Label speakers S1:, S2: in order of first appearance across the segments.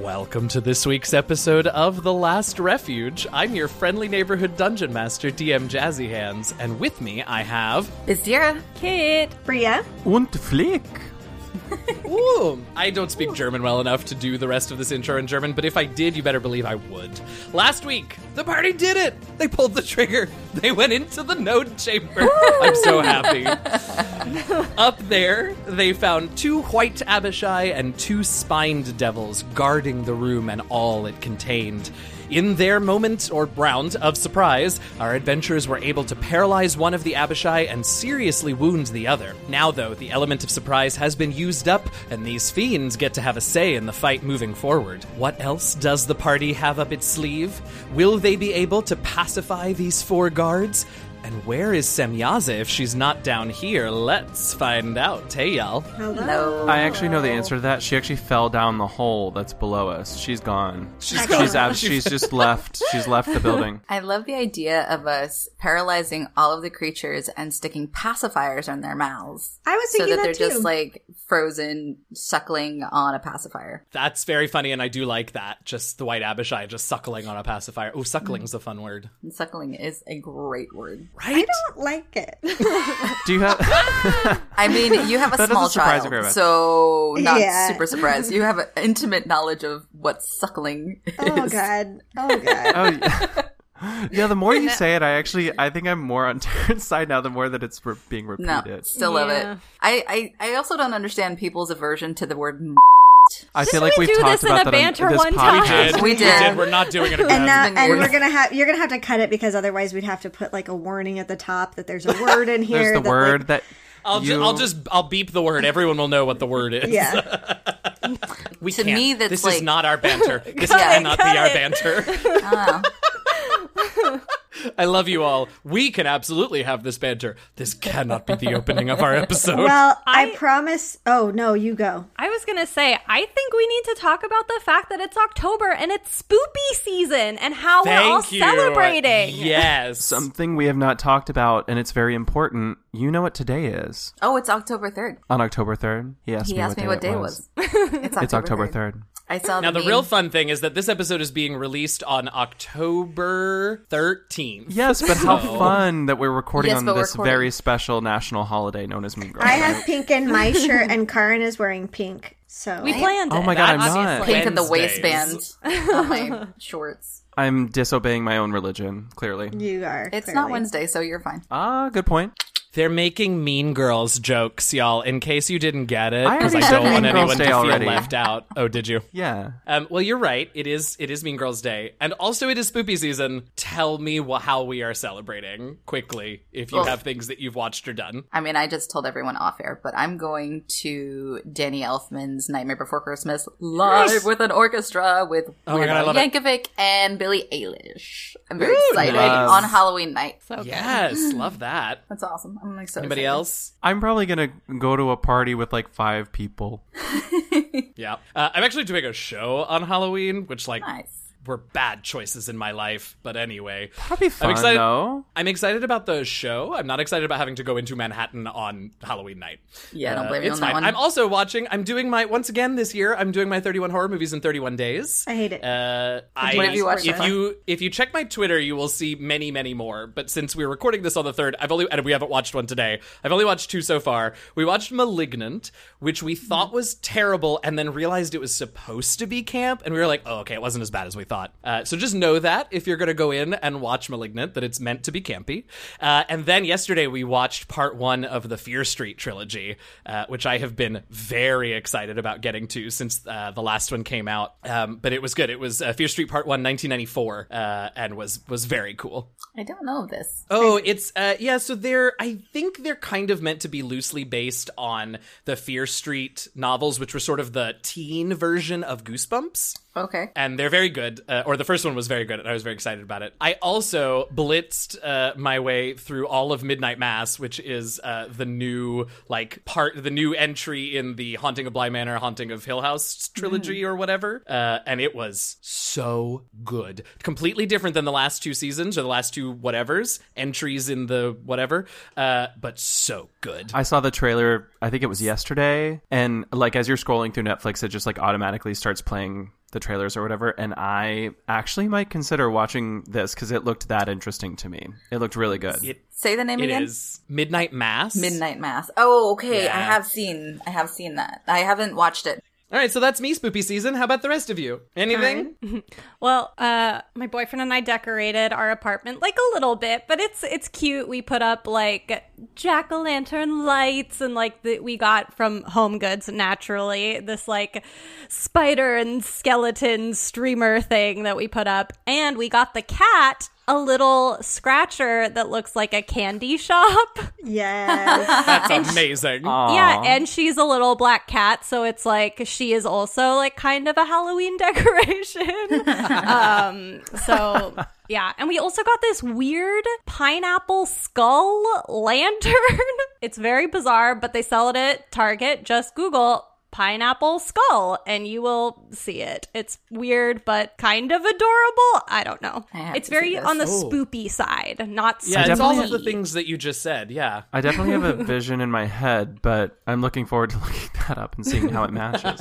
S1: Welcome to this week's episode of The Last Refuge. I'm your friendly neighborhood dungeon master, DM Jazzy Hands, and with me I have.
S2: Bizira.
S3: Kit.
S2: Bria.
S4: Und Flick.
S1: Ooh, I don't speak German well enough to do the rest of this intro in German, but if I did, you better believe I would. Last week, the party did it! They pulled the trigger, they went into the node chamber. I'm so happy. Up there, they found two white Abishai and two spined devils guarding the room and all it contained. In their moment or round of surprise, our adventurers were able to paralyze one of the Abishai and seriously wound the other. Now, though, the element of surprise has been used up, and these fiends get to have a say in the fight moving forward. What else does the party have up its sleeve? Will they be able to pacify these four guards? And where is Semyaza if she's not down here? Let's find out. Hey, y'all.
S2: Hello.
S4: I actually know the answer to that. She actually fell down the hole that's below us. She's gone.
S1: She's
S4: She's ab- she's just left. She's left the building.
S2: I love the idea of us paralyzing all of the creatures and sticking pacifiers on their mouths.
S3: I was
S2: so
S3: thinking
S2: that
S3: that
S2: they're
S3: too.
S2: just like frozen, suckling on a pacifier.
S1: That's very funny, and I do like that. Just the white Abishai just suckling on a pacifier. Oh, suckling's a fun word.
S2: And suckling is a great word.
S1: Right?
S3: I don't like it.
S4: Do you have?
S2: I mean, you have a
S4: That
S2: small
S4: doesn't surprise
S2: child,
S4: me very much.
S2: so not
S3: Yeah.
S2: super surprised. You have an intimate knowledge of what suckling is.
S3: Oh god. Oh god.
S4: Oh, yeah. yeah. The more you say it, I actually I think I'm more on Terrence's side now. The more that it's re- being
S2: No,
S4: repeated,
S2: still love
S5: Yeah.
S2: it. I, I I also don't understand people's aversion to the word. M-
S4: I feel
S5: Didn't
S4: like
S5: we
S4: we've
S5: do
S4: talked
S5: this in
S4: about
S5: a
S4: that
S5: banter
S4: on, in
S5: one
S4: this
S5: time?
S4: podcast.
S2: We did.
S1: We're not doing it again.
S3: And now,
S2: been
S3: and
S2: worse.
S3: we're gonna have you're gonna have to cut it because otherwise we'd have to put like a warning at the top that there's a word in here.
S4: There's the
S3: that,
S4: word
S3: like-
S4: that
S1: I'll, ju-
S4: you-
S1: I'll just I'll beep the word. Everyone will know what the word is.
S3: yeah.
S1: we
S2: To
S1: can't.
S2: me, that's
S1: this is
S2: like-
S1: not our banter. This
S2: Cut it,
S1: cannot be
S5: cut
S1: our
S5: it.
S1: banter.
S2: oh.
S1: I love you all. We can absolutely have this banter. This cannot be the opening of our episode.
S3: Well, I,
S5: I-
S3: promise. Oh no, you go.
S5: I was gonna say, I think we need to talk about the fact that it's October and it's spoopy season and how
S1: Thank
S5: we're all
S1: you.
S5: celebrating.
S1: Yes.
S4: something we have not talked about, and it's very important. You know what today is?
S2: oh, it's October third.
S4: On October third, he asked
S2: He
S4: me
S2: asked me what day it was. It's October,
S4: It's October third.
S2: I saw
S1: now
S2: the,
S1: the
S2: meme.
S1: real fun thing is that this episode is being released on October 13th.
S4: Yes, but how fun that we're recording
S2: Yes,
S4: on
S2: but we're
S4: this
S2: recording.
S4: very special national holiday known as Mean Girls.
S3: I
S4: Night.
S3: have pink in my shirt, and Karin is wearing pink. So
S5: We planned it.
S4: Oh my God, I'm not.
S5: obviously.
S2: pink in the waistband
S1: Wednesdays.
S2: on my shorts.
S4: I'm disobeying my own religion, clearly.
S3: you are.
S2: It's not
S3: clearly.
S2: Wednesday, so you're fine.
S4: Ah, good point.
S1: They're making Mean Girls jokes, y'all. In case you didn't get it,
S4: I
S1: because I,
S4: already said
S1: don't want
S4: Mean Girls
S1: anyone to
S4: Day
S1: feel
S4: already.
S1: left out. Oh, did you?
S4: Yeah.
S1: Um, well, you're right. It is it is Mean Girls Day, and also it is Spoopy season. Tell me wh- how we are celebrating quickly if you
S2: Well-
S1: have things that you've watched or done.
S2: I mean, I just told everyone off air, but I'm going to Danny Elfman's Nightmare Before Christmas live with an orchestra with
S1: Oh my
S2: Weird
S1: God, I
S2: Al
S1: love it.
S2: Yankovic and Billie Eilish. I'm very excited
S4: nice.
S2: on Halloween night.
S5: So
S1: Yes, love that.
S2: That's awesome. I'm like so.
S1: Anybody
S2: excited.
S1: else?
S4: I'm probably going to go to a party with like five people.
S1: Yeah, uh, I'm actually doing a show on Halloween, which like
S2: Nice.
S1: were bad choices in my life, but anyway,
S4: That'd be fun,
S1: excited-
S4: though.
S1: I'm excited about the show. I'm not excited about having to go into Manhattan on Halloween night.
S2: Yeah, I don't
S1: Uh,
S2: blame you
S1: it's
S2: on that
S1: fine.
S2: one.
S1: I'm also watching. I'm doing my once again this year. I'm doing my 31 horror movies in 31 days.
S3: I hate it.
S1: Uh, I,
S2: What have you watched so
S1: if
S2: far?
S1: you if you check my Twitter, you will see many, many more. But since we're recording this on the third, I've only and we haven't watched one today. I've only watched two so far. We watched *Malignant*, which
S2: Hmm.
S1: we thought was terrible, and then realized it was supposed to be camp, and we were like, "Oh, okay, it wasn't as bad as we thought." Uh, so just know that if you're gonna go in and watch *Malignant*, that it's meant to be campy. Uh, and then yesterday we watched part one of the *Fear Street* trilogy, uh, which I have been very excited about getting to since uh, the last one came out. Um, but it was good. It was uh, Fear Street Part One, 1994, uh, and was was very cool.
S2: I don't know this.
S1: Oh, it's uh, yeah. So they're I think they're kind of meant to be loosely based on the Fear Street novels, which were sort of the teen version of Goosebumps
S2: Okay.
S1: and they're very good. Uh, or the first one was very good, and I was very excited about it. I also blitzed uh, my way through all of Midnight Mass, which is uh, the new like part, the new entry in the Haunting of Bly Manor, Haunting of Hill House
S2: Mm.
S1: trilogy or whatever. Uh, and it was so good, completely different than the last two seasons or the last two whatevers entries in the whatever, uh, but so good.
S4: I saw the trailer, I think it was yesterday. And like as you're scrolling through Netflix, it just like automatically starts playing the trailers or whatever, and I actually might consider watching this because it looked that interesting to me. It looked really good.
S1: It
S2: Say the name
S1: it
S2: again.
S1: is Midnight Mass.
S2: Midnight Mass. Oh, okay. I
S1: Yeah.
S2: have seen. I have seen that. I haven't watched it.
S1: All right, so that's me, spoopy season. How about the rest of you? Anything?
S5: Well, uh, my boyfriend and I decorated our apartment like a little bit, but it's it's cute. We put up like jack o' lantern lights and like that we got from Home Goods naturally. This like spider and skeleton streamer thing that we put up, and we got the cat a little scratcher that looks like a candy shop.
S3: Yes.
S1: That's amazing.
S5: Yeah, and she's a little black cat, so it's like she is also like kind of a Halloween decoration. um, so yeah, and we also got this weird pineapple skull lantern. it's very bizarre, but they sell it at Target. Just Google pineapple skull and you will see it. It's weird but kind of adorable. I don't know.
S2: I have
S5: It's
S2: to see
S5: very
S2: this.
S5: on the
S1: Ooh.
S5: spoopy side, not
S1: yeah, it's all of the
S5: spooky.
S1: things that you just said. Yeah.
S4: I definitely have a vision in my head, but I'm looking forward to looking that up and seeing how it matches.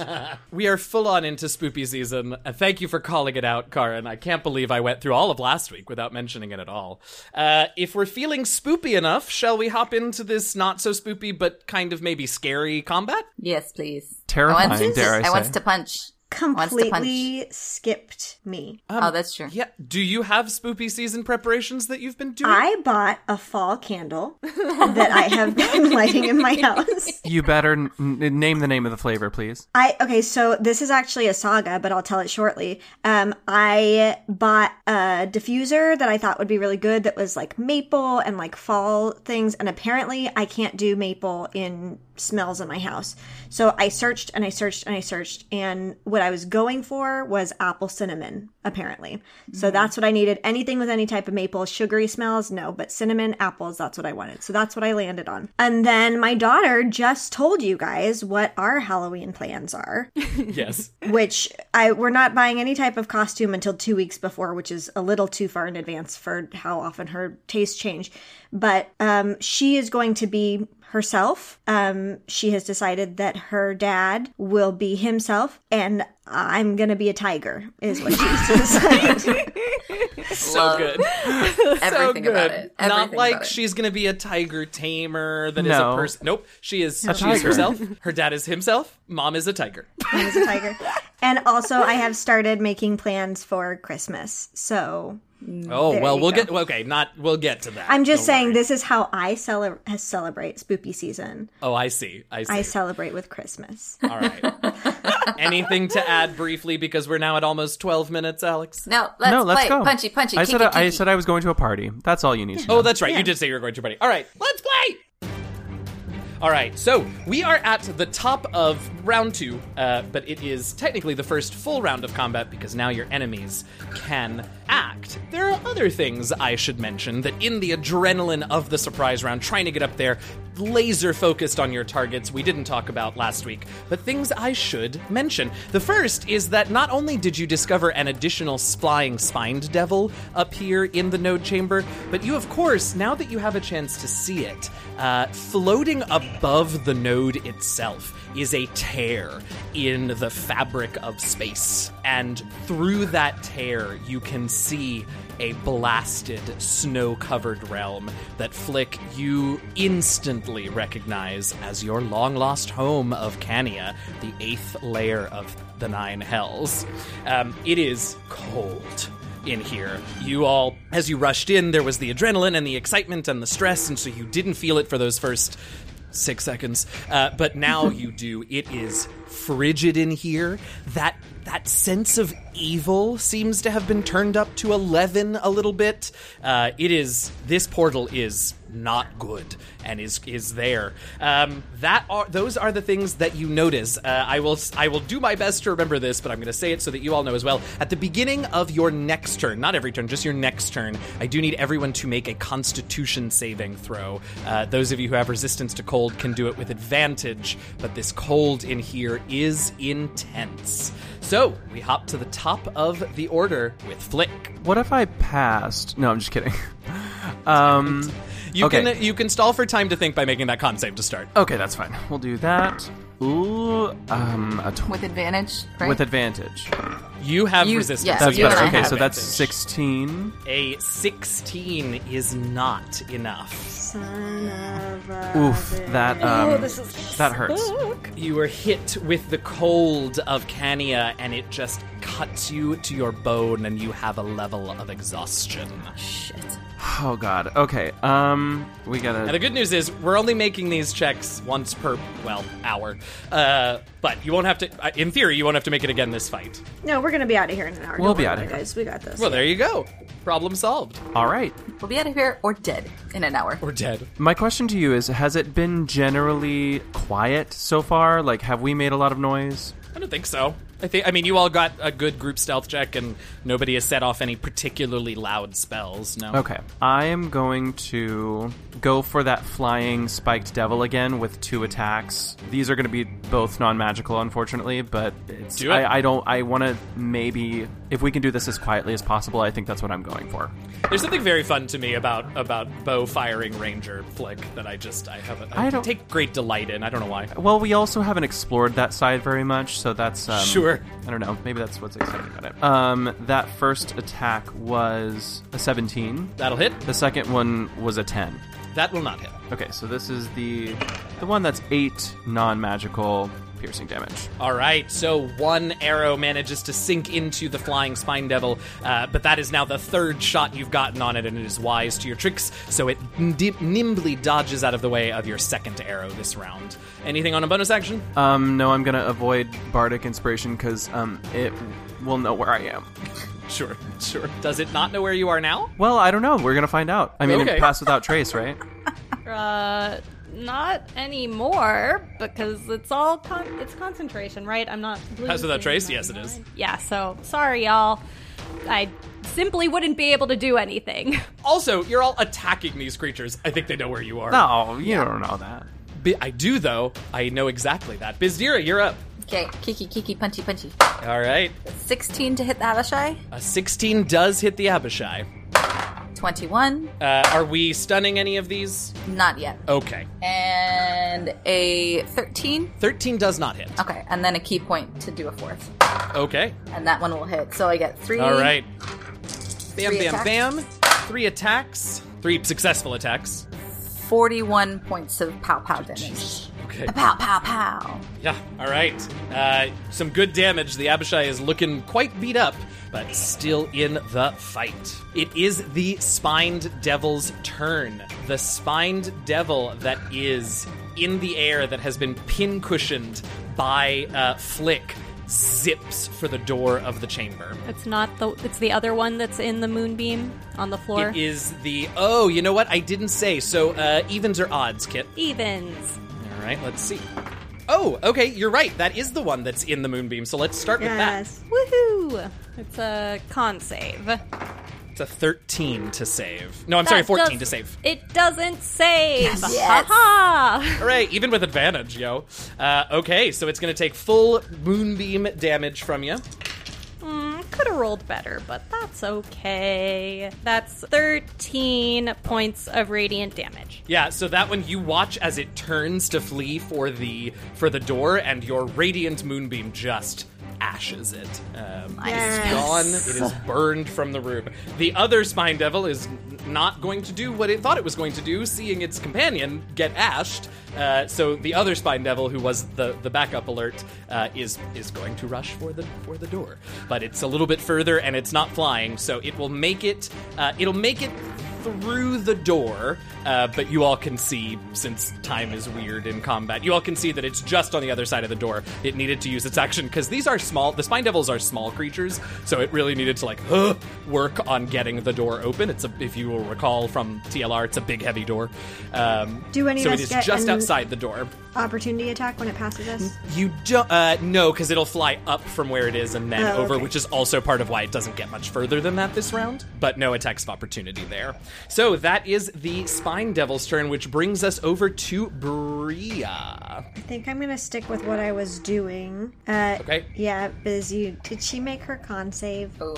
S1: We are full on into spoopy season. Uh, Thank you for calling it out, Karin. I can't believe I went through all of last week without mentioning it at all. Uh, if we're feeling spoopy enough, shall we hop into this not so spoopy but kind of maybe scary combat?
S2: Yes, please.
S4: Terrifying,
S2: I wants,
S4: dare I
S2: I wants
S4: say.
S2: to punch. Wants to punch.
S3: Completely skipped me.
S2: oh, that's true.
S1: Yeah. Do you have spoopy season preparations that you've been doing?
S3: I bought a fall candle that I have been lighting in my house.
S4: You better n- n- name the name of the flavor, please.
S3: I okay, so this is actually a saga, but I'll tell it shortly. Um, I bought a diffuser that I thought would be really good that was like maple and like fall things, and apparently I can't do maple in smells in my house. So I searched and I searched and I searched, and what I was going for was apple cinnamon, apparently. So that's what I needed. Anything with any type of maple, sugary smells, no, but cinnamon, apples, that's what I wanted. So that's what I landed on. And then my daughter just told you guys what our Halloween plans are,
S1: yes.
S3: which I we're not buying any type of costume until 2 weeks before, which is a little too far in advance for how often her tastes change. But um she is going to be herself. Um she has decided that her dad will be himself and I'm going to be a tiger is what she's decided.
S1: So good.
S2: Everything
S1: so good.
S2: about it. Everything
S1: Not like
S2: about it.
S1: she's gonna be a tiger tamer that is a
S4: No.
S1: person. Nope, she is. she is
S4: tiger.
S1: herself. Her dad is himself. Mom is a tiger.
S3: I was a tiger. And also, I have started making plans for Christmas. So
S1: Oh well,
S3: you
S1: we'll
S3: go.
S1: get okay. Not we'll get to that.
S3: I'm just
S1: Don't
S3: saying
S1: worry.
S3: this is how I cele- celebrate spoopy season.
S1: Oh, I see. I see.
S3: I celebrate with Christmas.
S1: All right. Anything to add briefly because we're now at almost 12 minutes, Alex?
S2: No, let's,
S4: no, let's
S2: play.
S4: go.
S2: Punchy, punchy.
S4: I
S2: kiki,
S4: said I, I
S2: kiki.
S4: said I was going to a party. That's all you need to know.
S1: Oh, that's right. You did say you were going to party. All right. Let's play. All right, so we are at the top of round two, uh, but it is technically the first full round of combat because now your enemies can act. There are other things I should mention that, in the adrenaline of the surprise round, trying to get up there, laser focused on your targets, we didn't talk about last week, but things I should mention. The first is that not only did you discover an additional flying spined devil up here in the node chamber, but you, of course, now that you have a chance to see it, uh, floating above the node itself is a tear in the fabric of space. And through that tear, you can see a blasted, snow covered realm that Flick you instantly recognize as your long lost home of Cania, the eighth layer of the Nine Hells. Um, it is cold in here. You all, as you rushed in, there was the adrenaline and the excitement and the stress, and so you didn't feel it for those first six seconds. Uh, but now you do. It is frigid in here. That that sense of evil seems to have been turned up to eleven a little bit. Uh, it is this portal is not good and is is there. Um, that are those are the things that you notice. Uh, I will I will do my best to remember this, but I'm going to say it so that you all know as well. At the beginning of your next turn, not every turn, just your next turn, I do need everyone to make a Constitution saving throw. Uh, those of you who have resistance to cold can do it with advantage, but this cold in here is intense. So we hop to the top of the order with Flick.
S4: What if I passed? No, I'm just kidding. Um,
S1: You
S4: Okay.
S1: can you can stall for time to think by making that con save to start.
S4: okay, that's fine. We'll do that. Ooh, um, a tw-
S2: with advantage, right?
S4: with advantage.
S1: You have
S2: You-
S1: resistance.
S2: yeah,
S1: so
S4: That's
S2: you
S1: you
S2: and
S4: better.
S2: I
S4: Okay,
S2: have
S4: so that's
S1: advantage.
S4: sixteen.
S1: A 16 is not enough.
S3: Son of uh, a
S4: Oof,
S3: bitch.
S4: that um, that hurts.
S1: You are hit with the cold of Cania, and it just cuts you to your bone, and you have a level of exhaustion.
S2: Shit.
S4: Oh god. Okay. Um, we
S1: Now, the
S4: gotta.
S1: good news is we're only making these checks once per, well, hour. Uh, but you won't have to, uh, in theory, you won't have to make it again this fight.
S3: No, we're gonna be out of here in an hour.
S4: We'll
S3: Don't
S4: be
S3: worry
S4: outta
S3: about it,
S4: here.
S3: guys. We got this.
S1: Well, there you go. Problem solved.
S4: All right.
S2: We'll be out of here or dead in an hour.
S1: Or dead.
S4: My question to you is: Has it been generally quiet so far? Like, have we made a lot of noise?
S1: I don't think so. I think I mean you all got a good group stealth check and nobody has set off any particularly loud spells, no.
S4: Okay. I am going to go for that flying spiked devil again with two attacks. These are going to be both non-magical, unfortunately, but it's,
S1: Do it.
S4: I, I don't. I want to maybe if we can do this as quietly as possible. I think that's what I'm going for.
S1: There's something very fun to me about about bow firing ranger flick that I just I have a,
S4: I
S1: I,
S4: don't-
S1: take great delight in. I don't know why.
S4: Well, we also haven't explored that side very much, so that's um,
S1: Sure.
S4: I don't know. Maybe that's what's exciting about it. Um, that first attack was a 17.
S1: That'll hit.
S4: The second one was a 10.
S1: That will not hit.
S4: Okay, so this is the the one that's eight non-magical piercing damage.
S1: All right, so one arrow manages to sink into the flying spine devil, uh, but that is now the third shot you've gotten on it, and it is wise to your tricks, so it dim- nimbly dodges out of the way of your second arrow this round. Anything on a bonus action?
S4: Um, no, I'm gonna avoid bardic inspiration because um, it will know where I am.
S1: Sure, sure. Does it not know where you are now?
S4: Well, I don't know. We're gonna find out. I mean,
S1: Okay.
S4: it passed without trace, right?
S5: Uh, not anymore because it's all con- it's concentration, right? I'm not.
S1: Pass without trace?
S5: losing my
S1: Yes, it is.
S5: mind. Yeah. So sorry, y'all. I simply wouldn't be able to do anything.
S1: Also, you're all attacking these creatures. I think they know where you are.
S4: No, you don't know that.
S1: Bi- I do, though. I know exactly that. Bizdira, you're up.
S2: Okay, kiki kiki punchy punchy.
S1: All right.
S2: Sixteen to hit the Abishai.
S1: A 16 does hit the Abishai.
S2: Twenty-one.
S1: Uh, are we stunning any of these?
S2: Not yet.
S1: Okay.
S2: And a thirteen.
S1: 13 does not hit.
S2: Okay, and then a key point to do a fourth,
S1: Okay.
S2: and that one will hit. So I get three.
S1: All right. Bam,
S2: Three
S1: bam,
S2: attacks.
S1: bam. Three attacks. Three successful attacks.
S2: Forty-one points of pow pow damage.
S1: Okay.
S2: Pow pow pow.
S1: Yeah, all right. Uh, some good damage. The Abishai is looking quite beat up, but still in the fight. It is the Spined Devil's turn. The Spined Devil that is in the air, that has been pincushioned by uh, Flick, zips for the door of the chamber.
S5: It's not the. It's the other one that's in the moonbeam on the floor.
S1: It is the. Oh, you know what? I didn't say. So, uh, evens or odds, Kit?
S5: Evens.
S1: All right, let's see. Oh, okay, you're right. That is the one that's in the moonbeam. So let's start with that.
S3: Yes.
S5: Woohoo! It's a con save.
S1: It's a 13 to save. No, I'm
S5: That
S1: sorry, 14
S5: does-
S1: to save.
S5: It doesn't save.
S2: Yes.
S5: Ha
S1: Hooray, even with advantage, yo. Uh, okay, so it's going to take full moonbeam damage from you.
S5: Could have rolled better, but that's okay. That's 13 points of radiant damage.
S1: Yeah, so that one you watch as it turns to flee for the for the door, and your radiant moonbeam just ashes it. Um, It is gone. It is burned from the room. The other spine devil is n- not going to do what it thought it was going to do, seeing its companion get ashed. Uh, so the other spine devil, who was the, the backup alert, uh, is is going to rush for the for the door, but it's a little bit further and it's not flying, so it will make it. Uh, it'll make it through the door, uh, but you all can see, since time is weird in combat, you all can see that it's just on the other side of the door. It needed to use its action because these are small. The spine devils are small creatures, so it really needed to like huh, work on getting the door open. It's a, if you will recall from TLR, it's a big heavy door. Um,
S3: Do any of
S1: so
S3: us
S1: it is
S3: get
S1: just
S3: an-
S1: outside the door.
S3: Opportunity attack when it passes us.
S1: You don't uh, no, because it'll fly up from where it is and then
S3: Oh,
S1: over,
S3: okay.
S1: which is also part of why it doesn't get much further than that this round. But no attacks of opportunity there. So that is the Spine Devil's turn, which brings us over to Bria.
S3: I think I'm gonna stick with what I was doing. Uh,
S1: Okay.
S3: Yeah, because you did she make her con save?
S2: Ooh.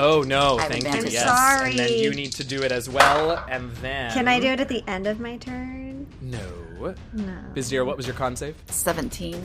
S1: Oh no,
S2: have
S1: thank you.
S2: advantage.
S1: Yes,
S3: I'm
S1: and then
S3: sorry.
S1: you need to do it as well, and then
S3: Can I do it at the end of my turn?
S1: No. No. Bizdira, what was your con save?
S2: 17.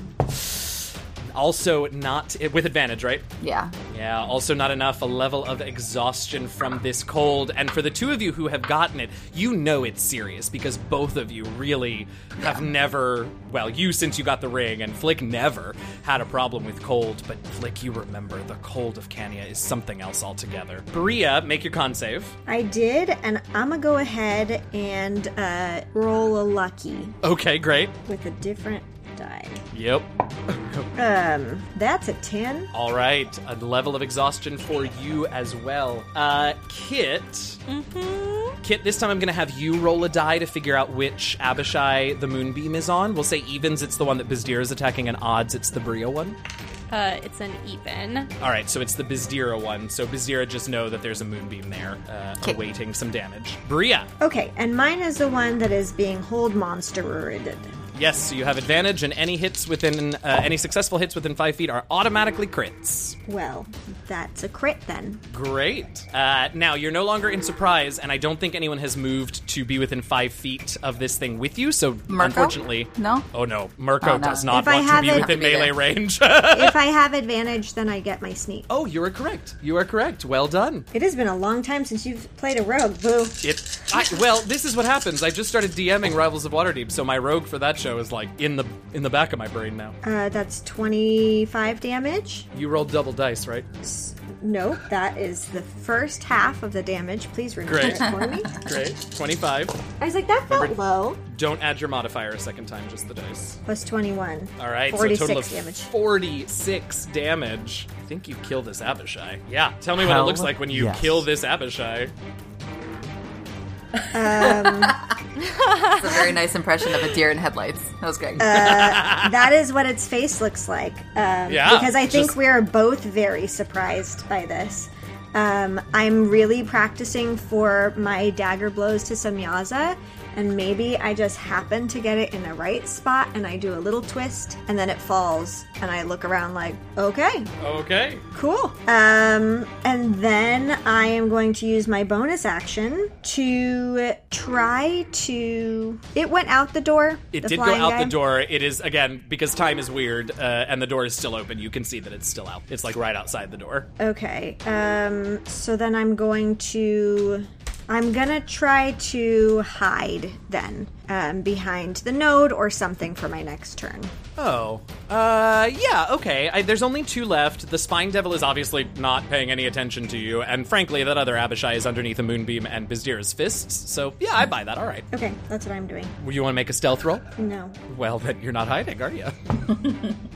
S1: Also not eh, with advantage, right?
S2: Yeah.
S1: Yeah, also not enough. A level of exhaustion from this cold. And for the two of you who have gotten it, you know it's serious because both of you really have never, well, you since you got the ring, and Flick never had a problem with cold. But Flick, you remember, the cold of Cania is something else altogether. Bria, make your con save.
S3: I did, and I'm gonna go ahead and uh, roll a lucky
S1: Okay, great.
S3: with a different die.
S1: Yep.
S3: Um, that's a 10.
S1: All right, a level of exhaustion for you as well. Uh, Kit. Kit, this time I'm going to have you roll a die to figure out which Abishai the Moonbeam is on. We'll say evens, it's the one that Bizdira is attacking, and odds, it's the Bria one.
S5: Uh, it's an even.
S1: All right, so it's the Bizdira one. So Bizdira, just know that there's a Moonbeam there, uh,
S2: Okay.
S1: awaiting some damage. Bria.
S3: Okay, and mine is the one that is being hold monstered.
S1: Yes, so you have advantage, and any hits within, uh, any successful hits within five feet are automatically crits.
S3: Well, that's a crit then.
S1: Great. Uh, now you're no longer in surprise, and I don't think anyone has moved to be within five feet of this thing with you. So
S2: Mirko?
S1: unfortunately,
S2: No?
S1: Oh no, Mirko
S2: Oh, no.
S1: does not
S3: If I
S1: want to be within
S3: haven't-
S2: Have to be
S1: melee
S2: there.
S1: range.
S3: if I have advantage, then I get my sneak.
S1: oh, you are correct. You are correct. Well done.
S3: It has been a long time since you've played a rogue, boo.
S1: It. I, well, this is what happens. I just started DMing Rivals of Waterdeep, so my rogue for that show is like in the in the back of my brain now.
S3: Uh, that's 25 damage.
S1: You rolled double dice, right?
S3: Nope, that is the first half of the damage. Please remember
S1: Great.
S3: it for me.
S1: Great. Twenty-five.
S3: I was like, that felt low.
S1: Don't add your modifier a second time, just the dice.
S3: Plus 21.
S1: All right,
S3: 46
S1: so a total of
S3: damage.
S1: 46 damage. I think you kill this Abishai. Yeah, tell me what
S4: Hell
S1: it looks like when you
S4: yes.
S1: kill this Abishai.
S2: That's a very nice impression of a deer in headlights. That was great.
S3: that is what its face looks like. Um,
S1: Yeah,
S3: because I think
S1: just-
S3: we are both very surprised by this. Um, I'm really practicing for my dagger blows to Samyaza, and maybe I just happen to get it in the right spot, and I do a little twist, and then it falls, and I look around like, okay,
S1: Okay.
S3: Cool. Um, and then I am going to use my bonus action to try to. It went out the door.
S1: It
S3: the
S1: did go
S3: flying
S1: out
S3: guy.
S1: the door. It is, again, because time is weird uh, and the door is still open, you can see that it's still out. It's like right outside the door.
S3: Okay. Um, so then I'm going to. I'm gonna try to hide then um, behind the node or something for my next turn.
S1: Oh. Uh, yeah, okay. I, there's only two left. The Spine Devil is obviously not paying any attention to you, and frankly, that other Abishai is underneath a moonbeam and Bizdira's fists, so yeah, I buy that. All right.
S3: Okay, that's what I'm doing.
S1: You want to make a stealth roll?
S3: No,
S1: Well, then you're not hiding, are you?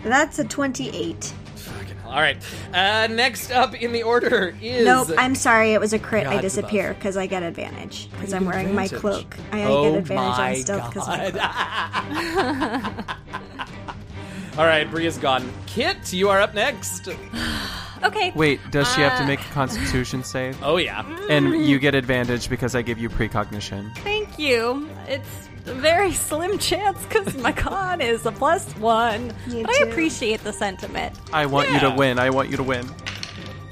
S3: that's a twenty-eight.
S1: Fucking hell. All right. Uh, next up in the order is.
S3: Nope, I'm sorry. It was a crit. I
S1: Gods
S3: disappear
S1: above.
S3: because I get advantage because
S1: You
S3: I'm
S1: get
S3: wearing my
S1: advantage.
S3: cloak. I
S1: oh
S3: get advantage
S1: my
S3: on stealth because my
S1: God.
S3: cloak.
S1: All right, Bria's gone. Kit, you are up next.
S5: Okay.
S4: Wait, does she
S1: Uh.
S4: have to make a Constitution save?
S1: Oh yeah.
S4: And you get advantage because I give you precognition.
S5: Thank you. It's a very slim chance because my con is a plus one.
S3: Me
S5: but I
S3: too.
S5: appreciate the sentiment.
S4: I want you to
S1: Yeah.
S4: win. I want you to win.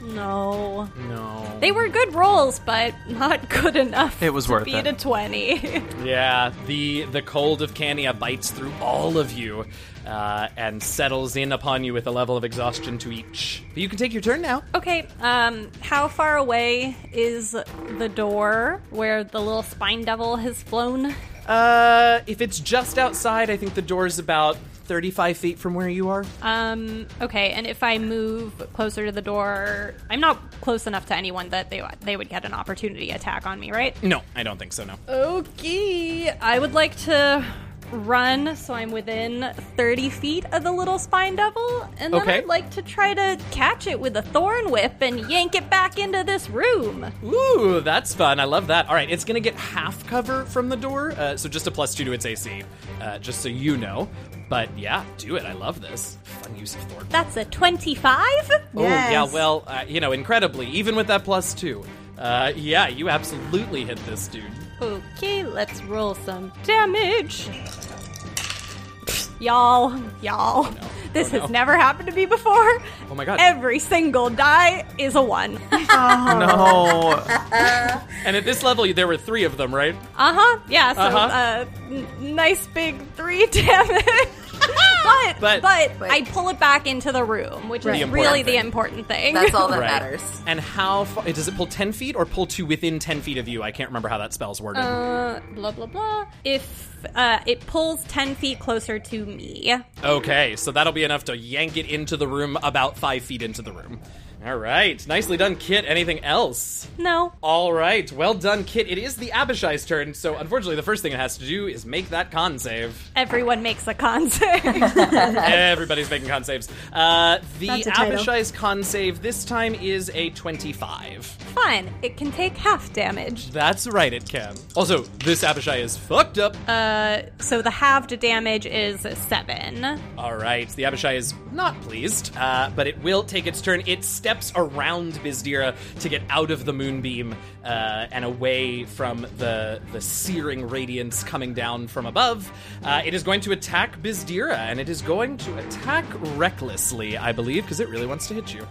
S5: No.
S1: No.
S5: They were good rolls, but not good enough
S4: It was
S5: to
S4: worth it.
S5: beat a 20.
S1: Yeah. The the cold of Cania bites through all of you, uh, and settles in upon you with a level of exhaustion to each. But you can take your turn now.
S5: okay, um, how far away is the door where the little spine devil has flown?
S1: Uh, if it's just outside, I think the door's about thirty-five feet from where you are.
S3: Uh,
S5: Um, okay, and if I move closer to the door, I'm not close enough to anyone that they, they would get an opportunity attack on me, right?
S1: No, I don't think so. No.
S5: Okay, I would like to run so I'm within 30 feet of the little spine devil, and then
S1: Okay.
S5: I'd like to try to catch it with a thorn whip and yank it back into this room.
S1: Ooh, that's fun. I love that. All right, it's going to get half cover from the door, uh, so just a plus two to its AC, uh, just so you know. But yeah, do it. I love this. Fun use of Thorn.
S5: That's a 25?
S1: Oh, yeah,
S3: Yes.
S1: well, uh, you know, incredibly, even with that plus two, uh, yeah, you absolutely hit this dude.
S5: Okay, let's roll some damage. Y'all, y'all, this
S1: Oh, no.
S5: has never happened to me before.
S1: Oh my God.
S5: Every single die is a one.
S4: No.
S1: And at this level, there were three of them, right?
S5: Uh huh. Yeah. So, uh
S1: Uh-huh.
S5: n- nice big three damage. but,
S1: But-
S5: but I pull it back into the room, which
S1: The
S5: is
S1: important
S5: really the
S1: thing.
S5: important thing.
S2: That's all that
S1: Right.
S2: matters.
S1: And how far does it pull? Ten feet or pull to within ten feet of you? I can't remember how that spell's worded.
S5: Uh, blah blah blah. If uh, it pulls ten feet closer to me,
S1: okay, so that'll be enough to yank it into the room, about five feet into the room. All right, nicely done, Kit. Anything else?
S5: no.
S1: All right, well done, Kit. It is the Abishai's turn, so unfortunately, the first thing it has to do is make that con save.
S5: Everyone makes a con save.
S1: Everybody's making con saves. Uh, the
S3: That's a title.
S1: Abishai's con save this time is a 25.
S5: Fine. It can take half damage.
S1: That's right, it can. Also, this Abishai is fucked up.
S5: Uh, so the halved damage is seven.
S1: All right, the Abishai is not pleased, uh, but it will take its turn. It steps around Bizdira to get out of the moonbeam uh, and away from the the searing radiance coming down from above. Uh, it is going to attack Bizdira, and it is going to attack recklessly, I believe, because it really wants to hit you.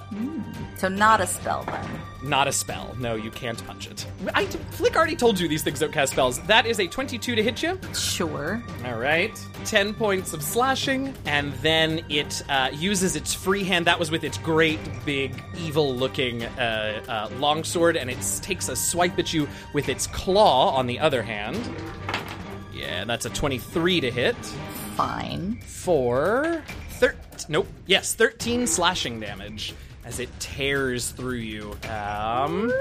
S2: So not a spell then.
S1: Not a spell. No, you can't punch it. I, Flick already told you these things don't cast spells. That is a 22 to hit you.
S2: Sure.
S1: All right. 10 points of slashing, and then it uh, uses its free hand. That was with its great, big, evil looking uh, uh, longsword, and it s- takes a swipe at you with its claw on the other hand. Yeah, that's a 23 to hit.
S2: Fine.
S1: Four. Thir- nope. Yes, 13 slashing damage as it tears through you. Um.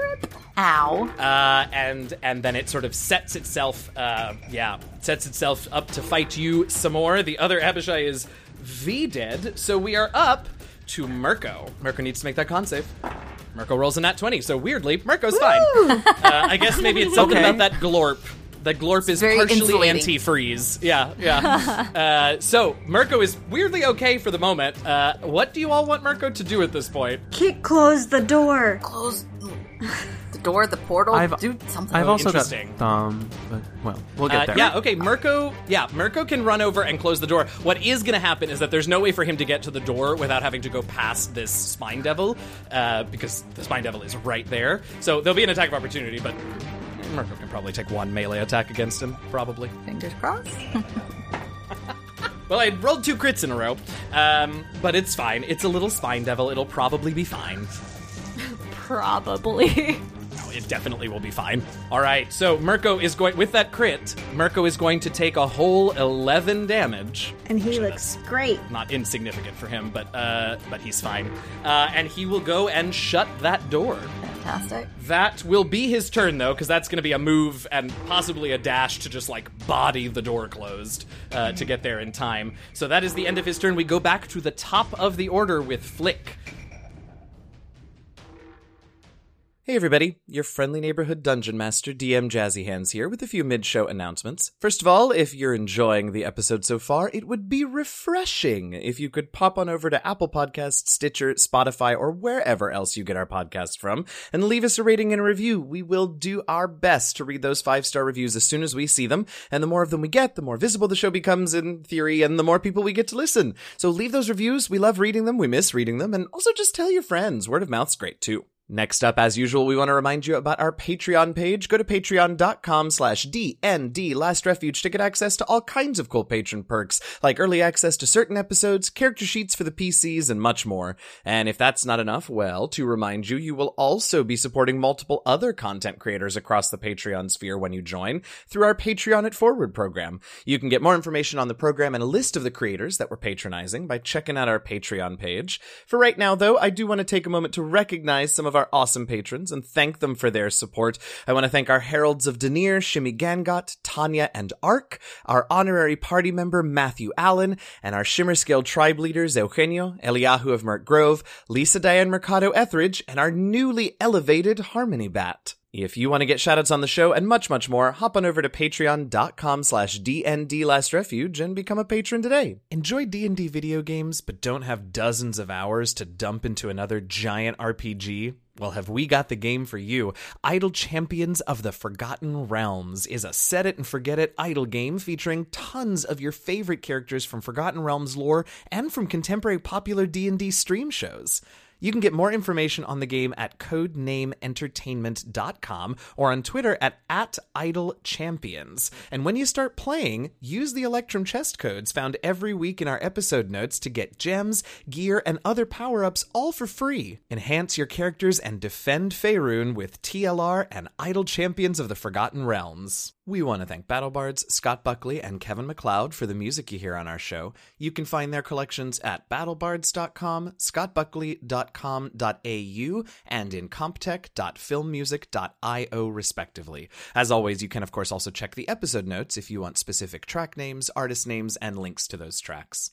S2: Ow.
S1: Uh, and and then it sort of sets itself, uh, yeah, sets itself up to fight you some more. The other Abishai is V dead, so we are up to Mirko. Mirko needs to make that con save. Mirko rolls a nat twenty, so weirdly, Mirko's fine. Uh, I guess maybe it's something
S4: Okay.
S1: about that glorp. The glorp is
S2: very
S1: partially
S2: insulating.
S1: anti-freeze. Yeah, yeah. uh, so Mirko is weirdly okay for the moment. Uh, what do you all want Mirko to do at this point?
S3: Kick close the door.
S2: Close the door, the portal.
S4: I've,
S2: Do something.
S4: I've also got
S1: Oh, Interesting.
S4: thumb, but well, we'll get
S1: Uh,
S4: there.
S1: yeah, okay, Mirko, yeah, Mirko can run over and close the door. What is going to happen is that there's no way for him to get to the door without having to go past this Spine Devil, uh, because the Spine Devil is right there. So there'll be an attack of opportunity, but Mirko can probably take one melee attack against him, probably.
S2: Fingers crossed.
S1: Well, I rolled two crits in a row, um, but it's fine. It's a little Spine Devil, it'll probably be fine.
S5: Probably.
S1: No, it definitely will be fine. All right, so Mirko is going, with that crit, Mirko is going to take a whole 11 damage.
S3: And he looks great.
S1: not insignificant for him, but uh, but he's fine. Uh, and he will go and shut that door.
S2: Fantastic.
S1: That will be his turn though, because that's going to be a move and possibly a dash to just like body the door closed uh, to get there in time. So that is the end of his turn. We go back to the top of the order with Flick. Hey everybody, your friendly neighborhood dungeon master DM Jazzy Hands here with a few mid-show announcements. First of all, if you're enjoying the episode so far, it would be refreshing if you could pop on over to Apple Podcasts, Stitcher, Spotify, or wherever else you get our podcast from and leave us a rating and a review. We will do our best to read those five-star reviews as soon as we see them, and the more of them we get, the more visible the show becomes in theory and the more people we get to listen. So leave those reviews. We love reading them, we miss reading them, and also just tell your friends. Word of mouth's great too. Next up, as usual, we want to remind you about our Patreon page. Go to patreon.com slash DND Last Refuge to get access to all kinds of cool patron perks, like early access to certain episodes, character sheets for the PCs, and much more. And if that's not enough, well, to remind you, you will also be supporting multiple other content creators across the Patreon sphere when you join through our Patreon at Forward program. You can get more information on the program and a list of the creators that we're patronizing by checking out our Patreon page. For right now, though, I do want to take a moment to recognize some of our awesome patrons and thank them for their support. I want to thank our Heralds of Denier, Shimmy Gangot, Tanya, and Ark, our honorary party member, Matthew Allen, and our Shimmer Scale tribe leaders, Eugenio, Eliyahu of Mert Grove, Lisa Diane Mercado Etheridge, and our newly elevated Harmony Bat. If you want to get shoutouts on the show and much, much more, hop on over to patreon.com slash dndlastrefuge and become a patron today. Enjoy D&D video games, but don't have dozens of hours to dump into another giant RPG? Well, have we got the game for you? Idle Champions of the Forgotten Realms is a set it and forget it idle game featuring tons of your favorite characters from Forgotten Realms lore and from contemporary popular D&D stream shows. You can get more information on the game at codenameentertainment.com or on Twitter at, at @idlechampions. And when you start playing, use the Electrum chest codes found every week in our episode notes to get gems, gear, and other power-ups all for free. Enhance your characters and defend Faerun with TLR and Idle Champions of the Forgotten Realms. We want to thank BattleBards, Scott Buckley, and Kevin McLeod for the music you hear on our show. You can find their collections at battlebards.com, scottbuckley.com.au, and in comptech.filmmusic.io, respectively. As always, you can, of course, also check the episode notes if you want specific track names, artist names, and links to those tracks.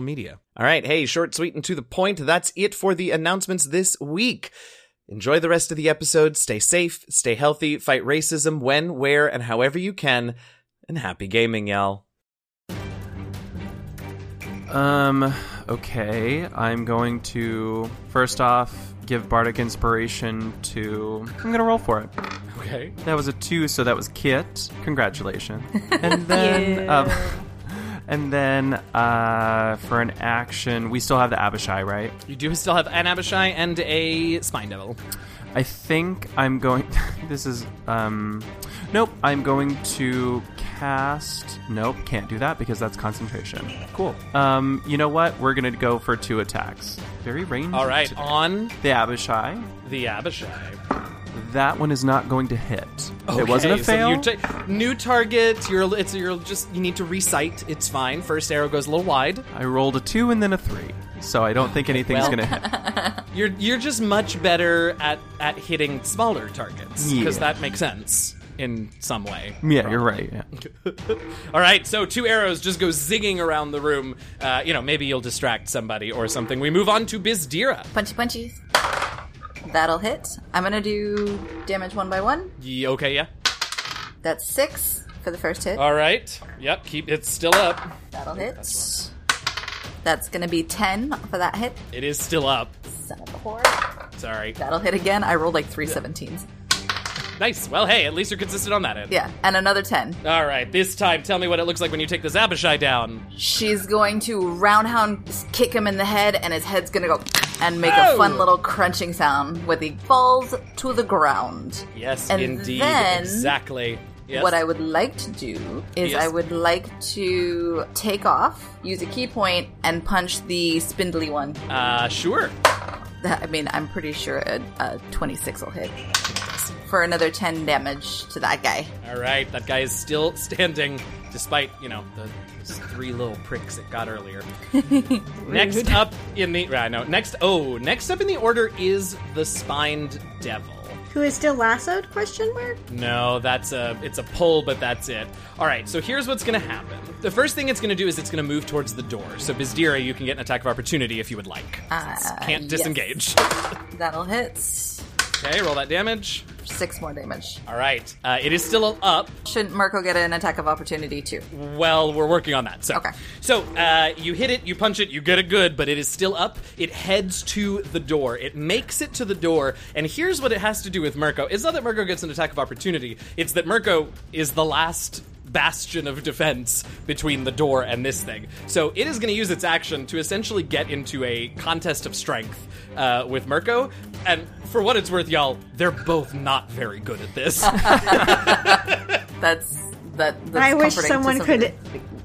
S1: media. All right, hey, short, sweet, and to the point, that's it for the announcements this week. Enjoy the rest of the episode. Stay safe, stay healthy, fight racism when, where, and however you can. And happy gaming, y'all.
S4: Um, okay. I'm going to first off give Bardic inspiration to. I'm gonna roll for it.
S1: Okay.
S4: That was a two, so that was Kit. Congratulations. And then, um, and then uh, for an action, we still have the Abishai, right?
S1: You do still have an Abishai and a Spine Devil.
S4: I think I'm going. this is. Um, nope. I'm going to cast. Nope. Can't do that because that's concentration.
S1: Cool.
S4: Um, you know what? We're gonna go for two attacks. Very rangy.
S1: All right,
S4: today.
S1: on
S4: the Abishai.
S1: the Abishai.
S4: That one is not going to hit. it wasn't a
S1: Okay, so
S4: fail.
S1: you ta- new target. You're it's you're just you need to recite. It's fine. First arrow goes a little wide.
S4: I rolled a two and then a three, so I don't think anything's
S1: well.
S4: gonna hit.
S1: You're you're just much better at at hitting smaller targets because
S4: Yeah.
S1: that makes sense in some way.
S4: Yeah, you're right. Yeah.
S1: All right, so two arrows just go zigging around the room. Uh, you know, maybe you'll distract somebody or something. We move on to Bizdira.
S2: Punchy punchy. That'll hit. I'm gonna do damage one by one.
S1: Ye- okay, yeah.
S2: That's six for the first hit.
S1: All right. Yep. Keep it's still up.
S2: That'll hit. That's, gonna be ten for that hit.
S1: It is still up.
S2: Son of a whore.
S1: Sorry.
S2: That'll hit again. I rolled like three 17s.
S1: Nice. Well, hey, at least you're consistent on that end.
S2: Yeah, and another ten.
S1: All right. This time, tell me what it looks like when you take this Abishai down.
S2: She's going to roundhouse kick him in the head, and his head's gonna go and make
S1: Oh!
S2: a fun little crunching sound when he falls to the ground.
S1: Yes,
S2: And
S1: indeed.
S2: then-
S1: exactly. Yes.
S2: What I would like to do is
S1: Yes.
S2: I would like to take off, use a key point, and punch the spindly one.
S1: uh, sure.
S2: I mean, I'm pretty sure a, a 26 will hit for another 10 damage to that guy.
S1: All right, that guy is still standing, despite you know the those three little pricks it got earlier. next up in the right, no, next oh, next up in the order is the spined devil.
S3: Who is still lassoed? Question mark.
S1: No, that's a it's a pull, but that's it. All right, so here's what's gonna happen. The first thing it's gonna do is it's gonna move towards the door. So Bizdira, you can get an attack of opportunity if you would like. Since it Can't
S2: Uh, yes.
S1: disengage.
S2: That'll hit. Six
S1: Okay, roll that damage.
S2: more damage.
S1: All right, uh, it is still up.
S2: Shouldn't Marco get an attack of opportunity too?
S1: Well, we're working on that. So,
S2: Okay.
S1: so uh, you hit it, you punch it, you get it good, but it is still up. It heads to the door. It makes it to the door, and here's what it has to do with Mirko. It's not that Mirko gets an attack of opportunity. It's that Mirko is the last bastion of defense between the door and this thing. So it is going to use its action to essentially get into a contest of strength uh, with Mirko. And for what it's worth, y'all, they're both not very good at this.
S2: That's that. That's
S3: I wish
S2: comforting to
S3: someone
S2: somebody
S3: could uh,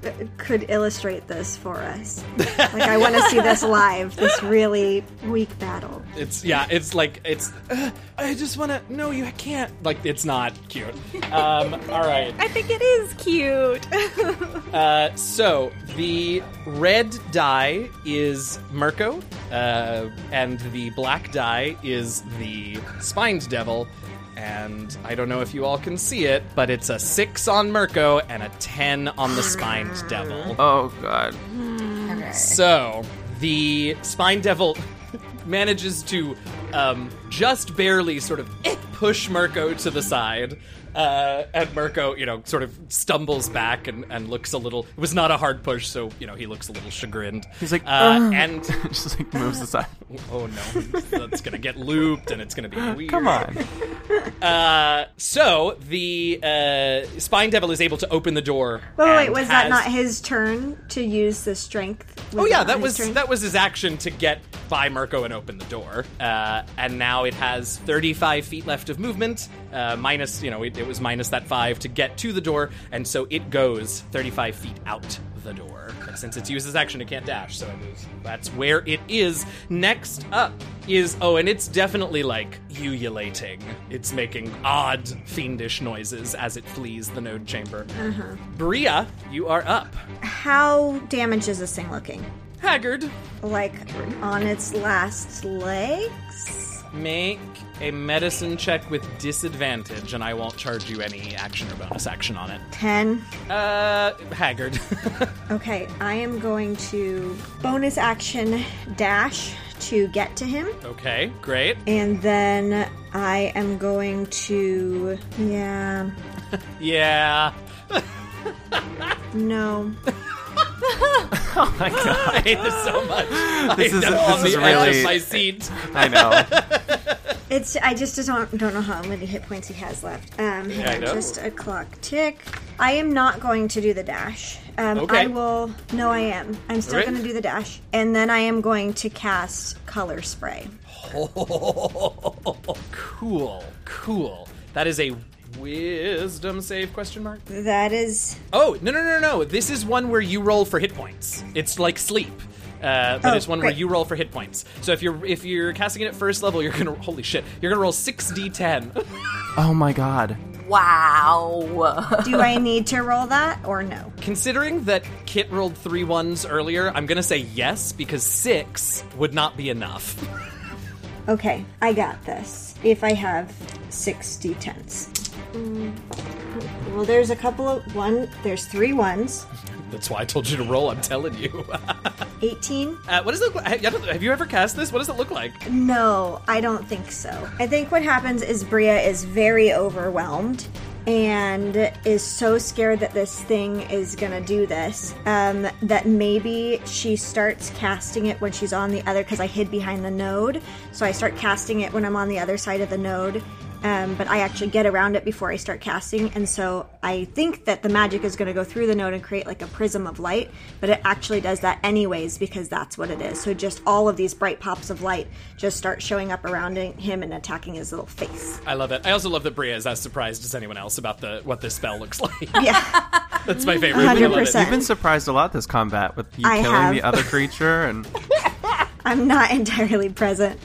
S2: who's
S3: could illustrate this for us. Like, I want to see this live, this really weak battle.
S1: It's yeah, it's like it's. Uh, I just want to. No, you can't. Like it's not cute. Um, all right.
S5: I think it is cute.
S1: Uh, so the red die is Mirko, uh, and the black die is the Spined Devil. And I don't know if you all can see it, but it's a six on Mirko and a ten on the Spined Devil.
S4: Oh god.
S2: Okay.
S1: So the Spine Devil manages to um, just barely sort of eh, push Mirko to the side. Uh, and Mirko, you know, sort of stumbles back and, and looks a little. It was not a hard push, so, you know, he looks a little chagrined.
S4: He's like,
S1: uh, and
S4: Just like moves aside.
S1: oh no, that's gonna get looped and it's gonna be weird.
S4: Come on.
S1: Uh, so the uh, Spine Devil is able to open the door.
S3: But wait,
S1: and
S3: was that
S1: has-
S3: not his turn to use the strength?
S1: Oh yeah,
S3: not
S1: that
S3: his
S1: was
S3: turn?
S1: that was his action to get by Mirko and open the door. Uh, and now it has 35 feet left of movement, uh, minus you know it, it was minus that five to get to the door, and so it goes 35 feet out the door. And since it's used as action, it can't dash, so it moves. That's where it is. Next up is oh, and it's definitely like ululating. It's making odd fiendish noises as it flees the node chamber. Bria, you are up.
S3: How damaged is this thing looking?
S1: Haggard,
S3: Like on its last legs?
S1: Make a medicine check with disadvantage, and I won't charge you any action or bonus action on it.
S3: Ten.
S1: Uh, haggard.
S3: Okay, I am going to bonus action dash to get to him.
S1: okay, great.
S3: And then I am going to. Yeah.
S1: Yeah.
S3: No.
S4: My god.
S1: I hate this so much. I
S4: This is-
S1: am
S4: this
S1: on
S4: is
S1: the edge
S4: really-
S1: of my seat.
S4: I know.
S3: It's. I just don't don't know how many hit points he has left. Um, hang
S1: Yeah, I
S3: on,
S1: know.
S3: just a clock tick. I am not going to do the dash. Um,
S1: Okay.
S3: I will. No, I am. I'm still
S1: Alright.
S3: going to do the dash, and then I am going to cast color spray.
S1: cool, cool. That is a wisdom save question mark.
S3: That is.
S1: Oh no no no no! This is one where you roll for hit points. It's like sleep, uh, but
S3: Oh,
S1: it's one where
S3: great.
S1: you roll for hit points. So if you're if you're casting it at first level, you're gonna holy shit, you're gonna roll six d10.
S4: Oh my god.
S2: Wow.
S3: Do I need to roll that or no?
S1: Considering that Kit rolled three ones earlier, I'm gonna say yes because six would not be enough.
S3: Okay, I got this. If I have six d10s. Well, there's a couple of one. There's three ones.
S1: That's why I told you to roll. I'm telling you.
S3: Eighteen.
S1: uh, what does it look? Have you- have you ever cast this? What does it look like?
S3: No, I don't think so. I think what happens is Bria is very overwhelmed and is so scared that this thing is gonna do this um, that maybe she starts casting it when she's on the other because I hid behind the node. So I start casting it when I'm on the other side of the node. Um, but I actually get around it before I start casting, and so I think that the magic is going to go through the node and create like a prism of light. But it actually does that anyways because that's what it is. So just all of these bright pops of light just start showing up around him and attacking his little face.
S1: I love it. I also love that Bria is as surprised as anyone else about the what this spell looks like.
S3: Yeah,
S1: That's my favorite. I love it.
S3: 100%.
S4: I've been surprised a lot this combat with you
S3: I
S4: killing
S3: have.
S4: the other creature and
S3: I'm not entirely present,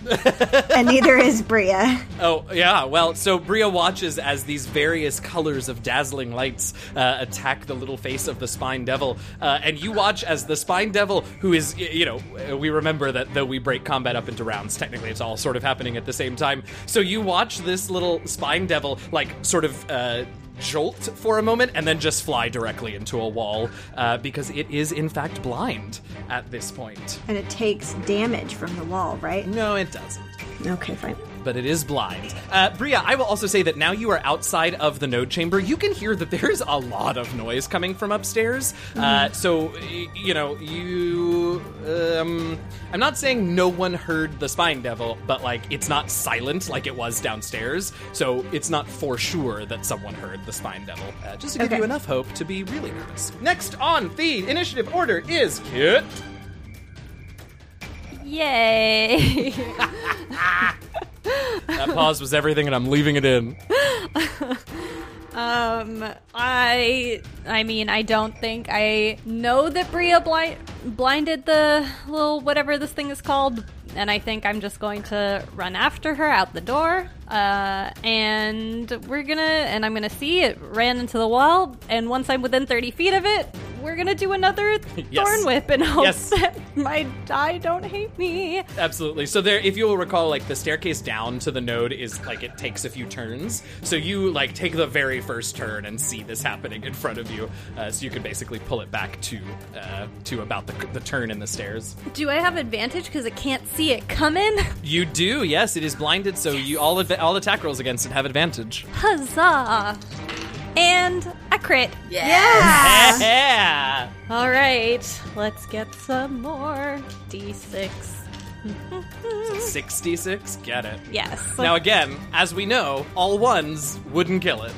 S3: and neither is Bria.
S1: Oh, yeah. Well, so Bria watches as these various colors of dazzling lights uh, attack the little face of the Spine Devil. Uh, and you watch as the Spine Devil, who is, y- you know, uh, we remember that though we break combat up into rounds, technically it's all sort of happening at the same time. So you watch this little Spine Devil, like, sort of. Uh, Jolt for a moment and then just fly directly into a wall uh, because it is, in fact, blind at this point.
S3: And it takes damage from the wall, right?
S1: No, it doesn't
S3: Okay, fine.
S1: but it is blind. Uh, Bria, I will also say that now you are outside of the node chamber, you can hear that there is a lot of noise coming from upstairs. Uh, so, y- you know, you. Um, I'm not saying no one heard the Spine Devil, but, like, it's not silent like it was downstairs. So it's not for sure that someone heard the Spine Devil. Uh, just to give
S3: Okay.
S1: you enough hope to be really nervous. Next on the initiative order is Kit.
S5: Yay.
S1: That pause was everything, and I'm leaving it in.
S5: Um, I, I mean, I don't think I know that Bria blind, blinded the little whatever this thing is called, and I think I'm just going to run after her out the door. Uh, and we're gonna, and I'm gonna see it ran into the wall, and once I'm within 30 feet of it, we're gonna do another
S1: Yes.
S5: thorn whip and hope
S1: Yes.
S5: that my die don't hate me.
S1: Absolutely. So there, if you will recall, like the staircase down to the node is like it takes a few turns. So you like take the very first turn and see this happening in front of you. Uh, so you can basically pull it back to uh, to about the, the turn in the stairs.
S5: Do I have advantage because I can't see it coming?
S1: You do. Yes, it is blinded. So you all adva- all attack rolls against it have advantage.
S5: Huzzah! And a crit.
S2: Yeah.
S1: Yeah.
S5: All right, let's get some more d6.
S1: Sixty six. Get it.
S5: Yes.
S1: Now again, as we know, all ones wouldn't kill it.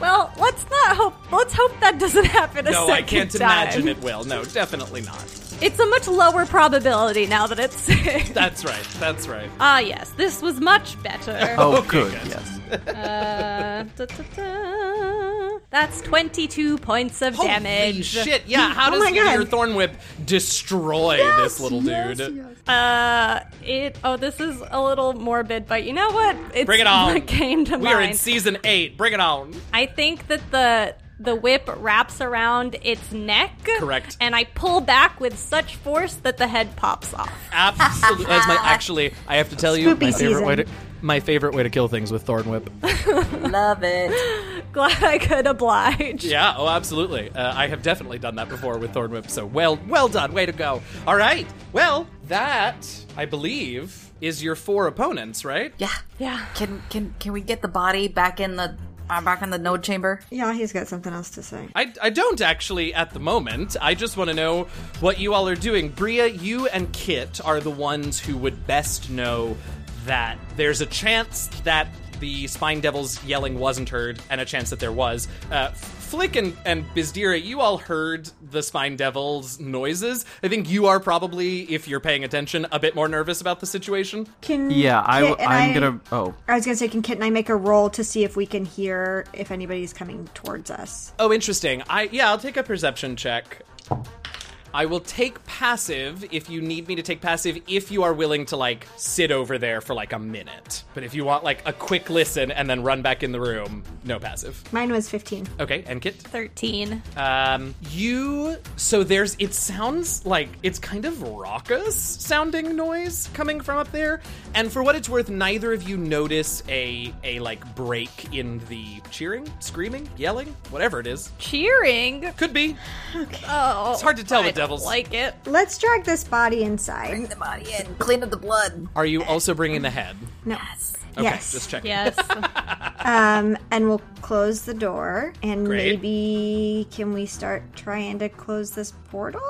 S5: well, let's not hope. Let's hope that doesn't happen. A
S1: No, I can't
S5: second time.
S1: imagine it will. No, definitely not.
S5: It's a much lower probability now that it's six.
S1: That's right. That's right.
S5: ah, yes, this was much better.
S4: Oh,
S1: Okay,
S4: good.
S1: good.
S4: Yes.
S5: Uh, da, da, da. That's twenty-two points of
S1: Holy
S5: damage.
S1: Shit! Yeah, how does
S3: my
S1: your-
S3: God.
S1: your thorn whip destroy this little dude?
S5: Uh, it. Oh, this is a little morbid, but you know what? It's
S1: Bring it on!
S5: What came to
S1: we
S5: mind.
S1: are in season eight. Bring it on!
S5: I think that the the whip wraps around its neck.
S1: Correct.
S5: And I pull back with such force that the head pops off.
S1: Absolutely. That's my actually. I have to tell you,
S3: Spoopy
S1: my favorite
S3: season.
S1: way to my favorite way to kill things with thorn whip.
S2: Love it.
S5: Glad I could oblige.
S1: yeah. Oh, absolutely. Uh, I have definitely done that before with thorn whip. So well, well done. Way to go. All right. Well, that I believe is your four opponents, right?
S2: Yeah.
S5: Yeah.
S2: Can can can we get the body back in the uh, back in the node chamber?
S3: Yeah, he's got something else to say.
S1: I, I don't actually at the moment. I just want to know what you all are doing. Bria, you and Kit are the ones who would best know that there's a chance that the Spine Devil's yelling wasn't heard, and a chance that there was. Uh, Flick and, and Bizdira, you all heard the Spine Devil's noises. I think you are probably, if you're paying attention, a bit more nervous about the situation.
S3: Can
S4: Yeah, I,
S3: Kit
S4: w-
S3: and
S4: I'm
S3: I-
S4: gonna. Oh,
S3: I was gonna say, can Kit and I make a roll to see if we can hear if anybody's coming towards us?
S1: Oh, interesting. I yeah, I'll take a perception check. I will take passive if you need me to take passive if you are willing to like sit over there for like a minute. But if you want like a quick listen and then run back in the room, no passive.
S3: Mine was fifteen.
S1: Okay, and Kit.
S5: Thirteen.
S1: Um you so there's it sounds like it's kind of raucous sounding noise coming from up there. And for what it's worth, neither of you notice a a like break in the cheering, screaming, yelling, whatever it is.
S5: Cheering.
S1: Could be.
S5: Oh, it's
S1: hard to tell
S5: I
S1: with
S5: don't
S1: devils.
S5: Like it.
S3: Let's drag this body inside.
S2: The body in. Clean up the blood.
S1: Are you also bringing the head?
S3: No.
S1: Okay,
S3: yes.
S1: just check.
S5: Yes.
S3: Um, and we'll close the door, and
S1: Great.
S3: maybe can we start trying to close this portal?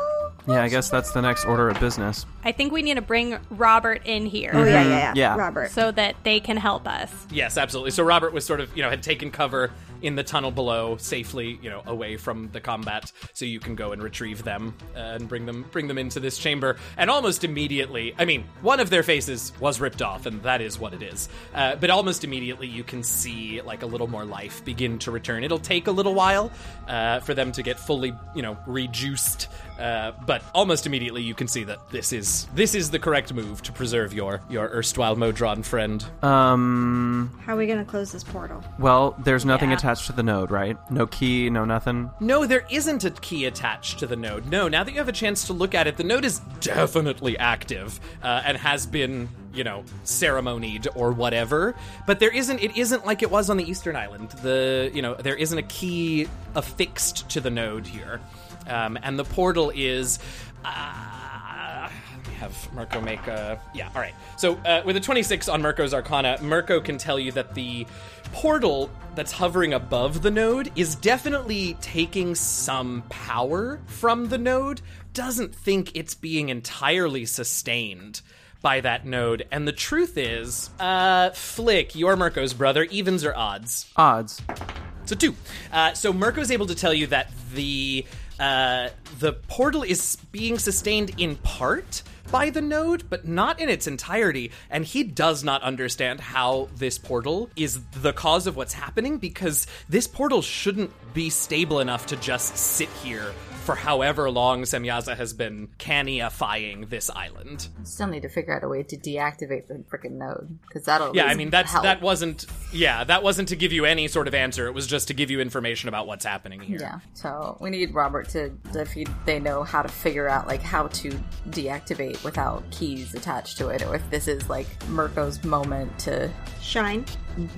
S4: yeah. I guess that's the next order of business.
S5: I think we need to bring Robert in here
S1: Mm,
S3: Oh yeah, yeah, yeah.
S4: Yeah.
S3: Robert.
S5: so that they can help us.
S1: Yes, absolutely. So Robert was sort of, you know, had taken cover in the tunnel below, safely, you know, away from the combat, so you can go and retrieve them uh, and bring them bring them into this chamber. And almost immediately, I mean, one of their faces was ripped off, and that is what it is. Uh, but almost immediately, you can see like a little more life begin to return. It'll take a little while uh, for them to get fully, you know, rejuiced. Uh, but almost immediately, you can see that this is this is the correct move to preserve your your erstwhile Modron friend.
S4: Um.
S3: How are we gonna close this portal?
S4: Well, there's nothing
S5: Yeah.
S4: attached to the node, right? No key, no nothing.
S1: No, there isn't a key attached to the node. No, now that you have a chance to look at it, the node is definitely active uh, and has been, you know, ceremonied or whatever. But there isn't. It isn't like it was on the Eastern Island. The you know there isn't a key affixed to the node here, um, and the portal is. Uh, let me have Mirko make a. Yeah, all right. So uh, with a 26 on Mirko's Arcana, Mirko can tell you that the portal that's hovering above the node is definitely taking some power from the node. Doesn't think it's being entirely sustained by that node. And the truth is, uh, Flick, you're Mirko's brother, evens or odds?
S4: Odds.
S1: So two. Uh, so Mirko's able to tell you that the Uh, the portal is being sustained in part by the node, but not in its entirety. And he does not understand how this portal is the cause of what's happening because this portal shouldn't be stable enough to just sit here for however long Semyaza has been cannyifying this island.
S2: Still need to figure out a way to deactivate the freaking node because that'll.
S1: Yeah,
S2: at
S1: I
S2: least
S1: mean that's
S2: help.
S1: that wasn't yeah, that wasn't to give you any sort of answer. It was just to give you information about what's happening here.
S2: Yeah. So we need Robert to if he, they know how to figure out like how to deactivate without keys attached to it, or if this is like Mirko's moment to
S3: Shine.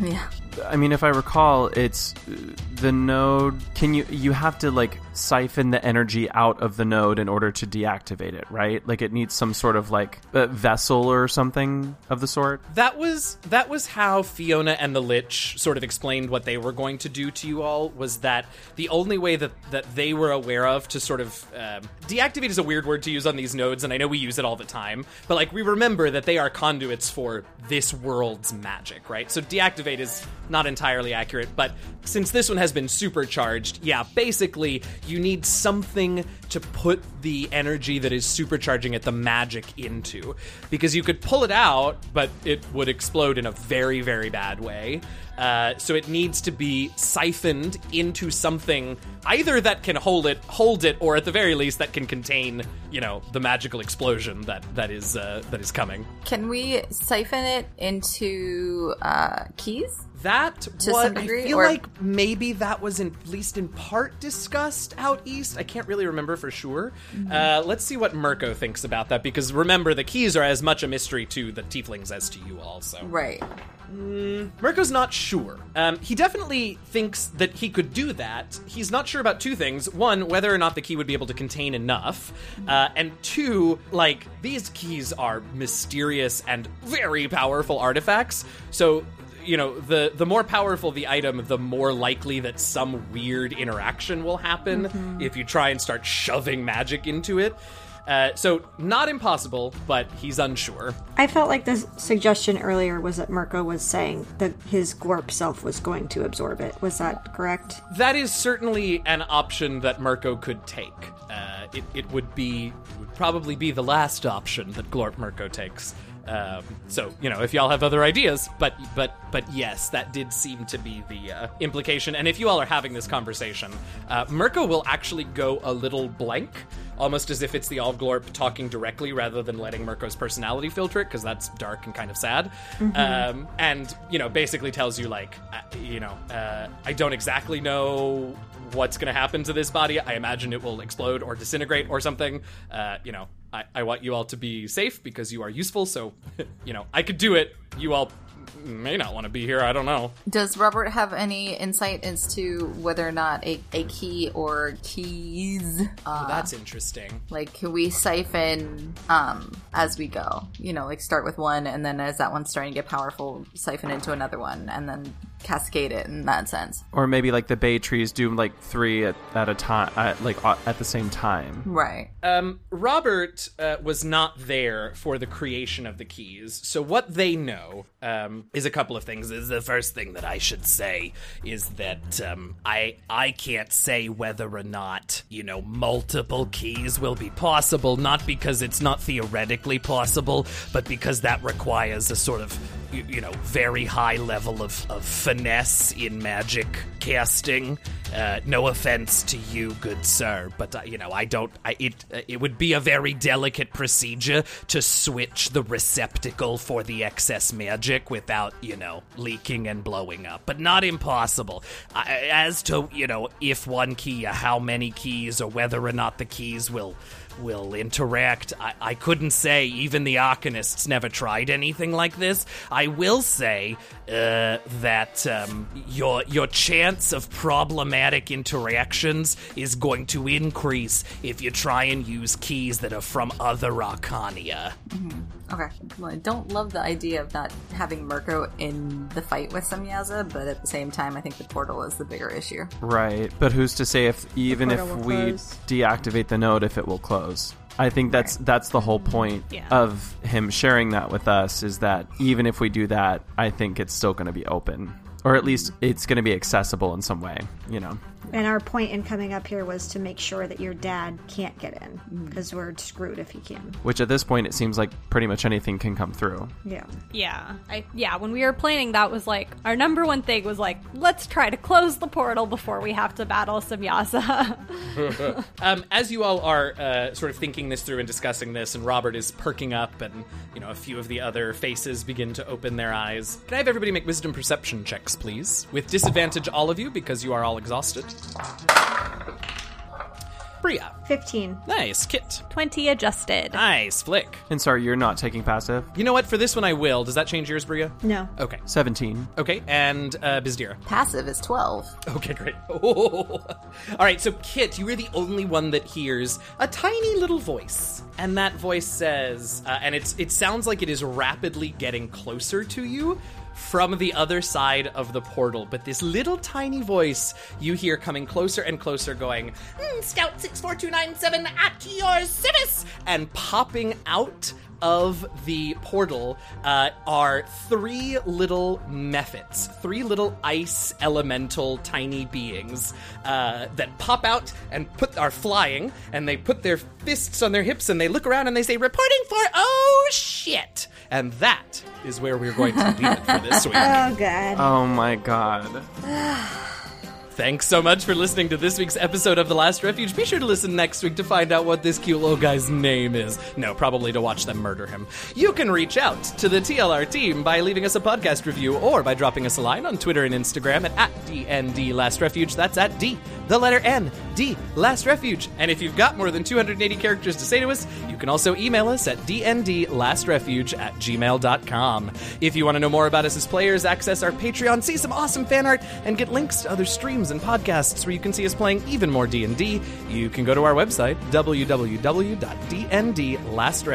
S2: yeah.
S4: I mean, if I recall, it's uh, the node. Can you you have to like siphon the energy out of the node in order to deactivate it, right? Like it needs some sort of like uh, vessel or something of the sort.
S1: That was that was how Fiona and the Lich sort of explained what they were going to do to you all was that the only way that that they were aware of to sort of um, deactivate is a weird word to use on these nodes, and I know we use it all the time, but like we remember that they are conduits for this world's magic, right? So deactivate is not entirely accurate, but since this one has been supercharged, yeah, basically you need something to put the energy that is supercharging it, the magic, into. Because you could pull it out, but it would explode in a very, very bad way. Uh, so it needs to be siphoned into something either that can hold it, hold it, or at the very least that can contain, you know, the magical explosion that that is uh, that is coming.
S2: Can we siphon it into uh, keys?
S1: That
S2: To
S1: was
S2: some degree,
S1: I feel
S2: or-
S1: like maybe that was in, at least in part discussed out east. I can't really remember for sure.
S2: Mm-hmm.
S1: Uh, let's see what Mirko thinks about that because remember the keys are as much a mystery to the tieflings as to you also.
S2: Right.
S1: Mirko's not sure. Um, he definitely thinks that he could do that. He's not sure about two things. One, whether or not the key would be able to contain enough. Uh, and two, like, these keys are mysterious and very powerful artifacts. So, you know, the, the more powerful the item, the more likely that some weird interaction will happen if you try and start shoving magic into it. Uh, so, not impossible, but he's unsure.
S3: I felt like the suggestion earlier was that Mirko was saying that his Glorp self was going to absorb it. Was that correct?
S1: that is certainly an option that Mirko could take. Uh, it, it would be would probably be the last option that Glorp Mirko takes. Um, so you know, if y'all have other ideas, but but but yes, that did seem to be the uh, implication. And if you all are having this conversation, uh, Mirko will actually go a little blank, almost as if it's the All Glorp talking directly rather than letting Mirko's personality filter it, because that's dark and kind of sad. Um, and you know, basically tells you like, uh, you know, uh, I don't exactly know what's going to happen to this body. I imagine it will explode or disintegrate or something. Uh, you know, I, I want you all to be safe because you are useful. So, you know, I could do it. You all may not want to be here. I don't know.
S2: Does Robert have any insight as to whether or not a, a key or keys uh,
S1: Oh, that's interesting.
S2: Like, can we siphon um, as we go? You know, like start with one, and then as that one's starting to get powerful, siphon into another one, and then cascade it in that sense.
S4: Or maybe like the bay trees do like three at, at a time, at, like a- at the same time.
S2: Right.
S1: Um, Robert uh, was not there for the creation of the keys, so what they know um, is a couple of things. Is the first thing that I should say is that um, I I can't say whether or not you know multiple keys will be possible, not because it's not theoretically possible, but because that requires a sort of you, you know very high level of, of finesse in magic casting. Uh, no offense to you, good sir, but uh, you know I don't. I, it uh, it would be a very delicate procedure to switch the receptacle for the excess magic without you know leaking and blowing up, but not impossible. I, as to you know if one key, or how many keys, or whether or not the keys will will interact. I, I couldn't say even the Arcanists never tried anything like this. I will say uh, that um, your your chance of problematic interactions is going to increase if you try and use keys that are from other Arcania.
S2: Okay. Well, I don't love the idea of not having Mirko in the fight with Samyaza, but at the same time, I think the portal is the bigger issue.
S4: Right. But who's to say if even if
S3: portal will
S4: we
S3: close.
S4: deactivate the node, if it will close? I think that's that's the whole point
S5: Yeah.
S4: of him sharing that with us is that even if we do that, I think it's still going to be open. or at least it's going to be accessible in some way. You know.
S3: And our point in coming up here was to make sure that your dad can't get in because we're screwed if he can.
S4: Which at this point it seems like pretty much anything can come through.
S3: Yeah.
S5: Yeah. I yeah, when we were planning that was like our number one thing was like, let's try to close the portal before we have to battle Samyasa.
S1: Um, as you all are uh, sort of thinking this through and discussing this, and Robert is perking up, and you know a few of the other faces begin to open their eyes. Can I have everybody make wisdom perception checks, please, with disadvantage, all of you, because you are all exhausted. Bria,
S3: 15.
S1: nice Kit,
S5: Twenty adjusted.
S1: nice Flick.
S4: And sorry, you're not taking passive.
S1: You know what? For this one, I will. Does that change yours, Bria?
S3: No.
S1: Okay.
S4: Seventeen.
S1: Okay, and uh, Bizdira.
S2: Passive is 12.
S1: Okay, great. All right, so Kit, you are the only one that hears a tiny little voice, and that voice says, uh, and it's it sounds like it is rapidly getting closer to you from the other side of the portal. But this little tiny voice you hear coming closer and closer, going, "Mm, "Scout six four two nine seven at your service," and popping out of the portal uh, are three little mephits, three little ice elemental tiny beings uh, that pop out and put are flying, and they put their fists on their hips and they look around and they say, "Reporting for oh shit!" And that is where we're going to leave it for this week.
S3: Oh, God.
S4: Oh my god.
S1: Thanks so much for listening to this week's episode of The Last Refuge. Be sure to listen next week to find out what this cute little guy's name is. No, probably to watch them murder him. You can reach out to the TLR team by leaving us a podcast review or by dropping us a line on Twitter and Instagram at, at DND Last Refuge. That's at D, the letter N, D, Last Refuge. And if you've got more than 280 characters to say to us, you can also email us at dndlastrefuge at gmail.com. If you want to know more about us as players, access our Patreon, see some awesome fan art, and get links to other streams and podcasts where you can see us playing even more D&D, you can go to our website,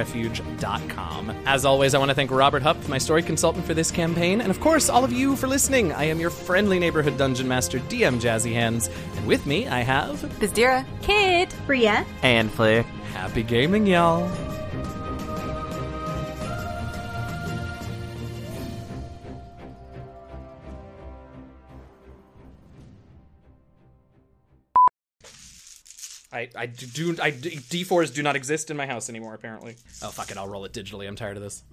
S1: www.dndlastrefuge.com. As always, I want to thank Robert Hupp, my story consultant for this campaign, and of course, all of you for listening. I am your friendly neighborhood dungeon master, DM Jazzy Hands, and with me I have...
S2: Bizdira.
S5: Kid.
S3: Bria.
S4: And flick.
S1: Happy gaming, y'all! I, I do I D4s do not exist in my house anymore apparently. Oh fuck it, I'll roll it digitally. I'm tired of this.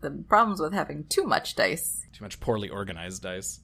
S2: The problems with having too much dice.
S1: Too much poorly organized dice.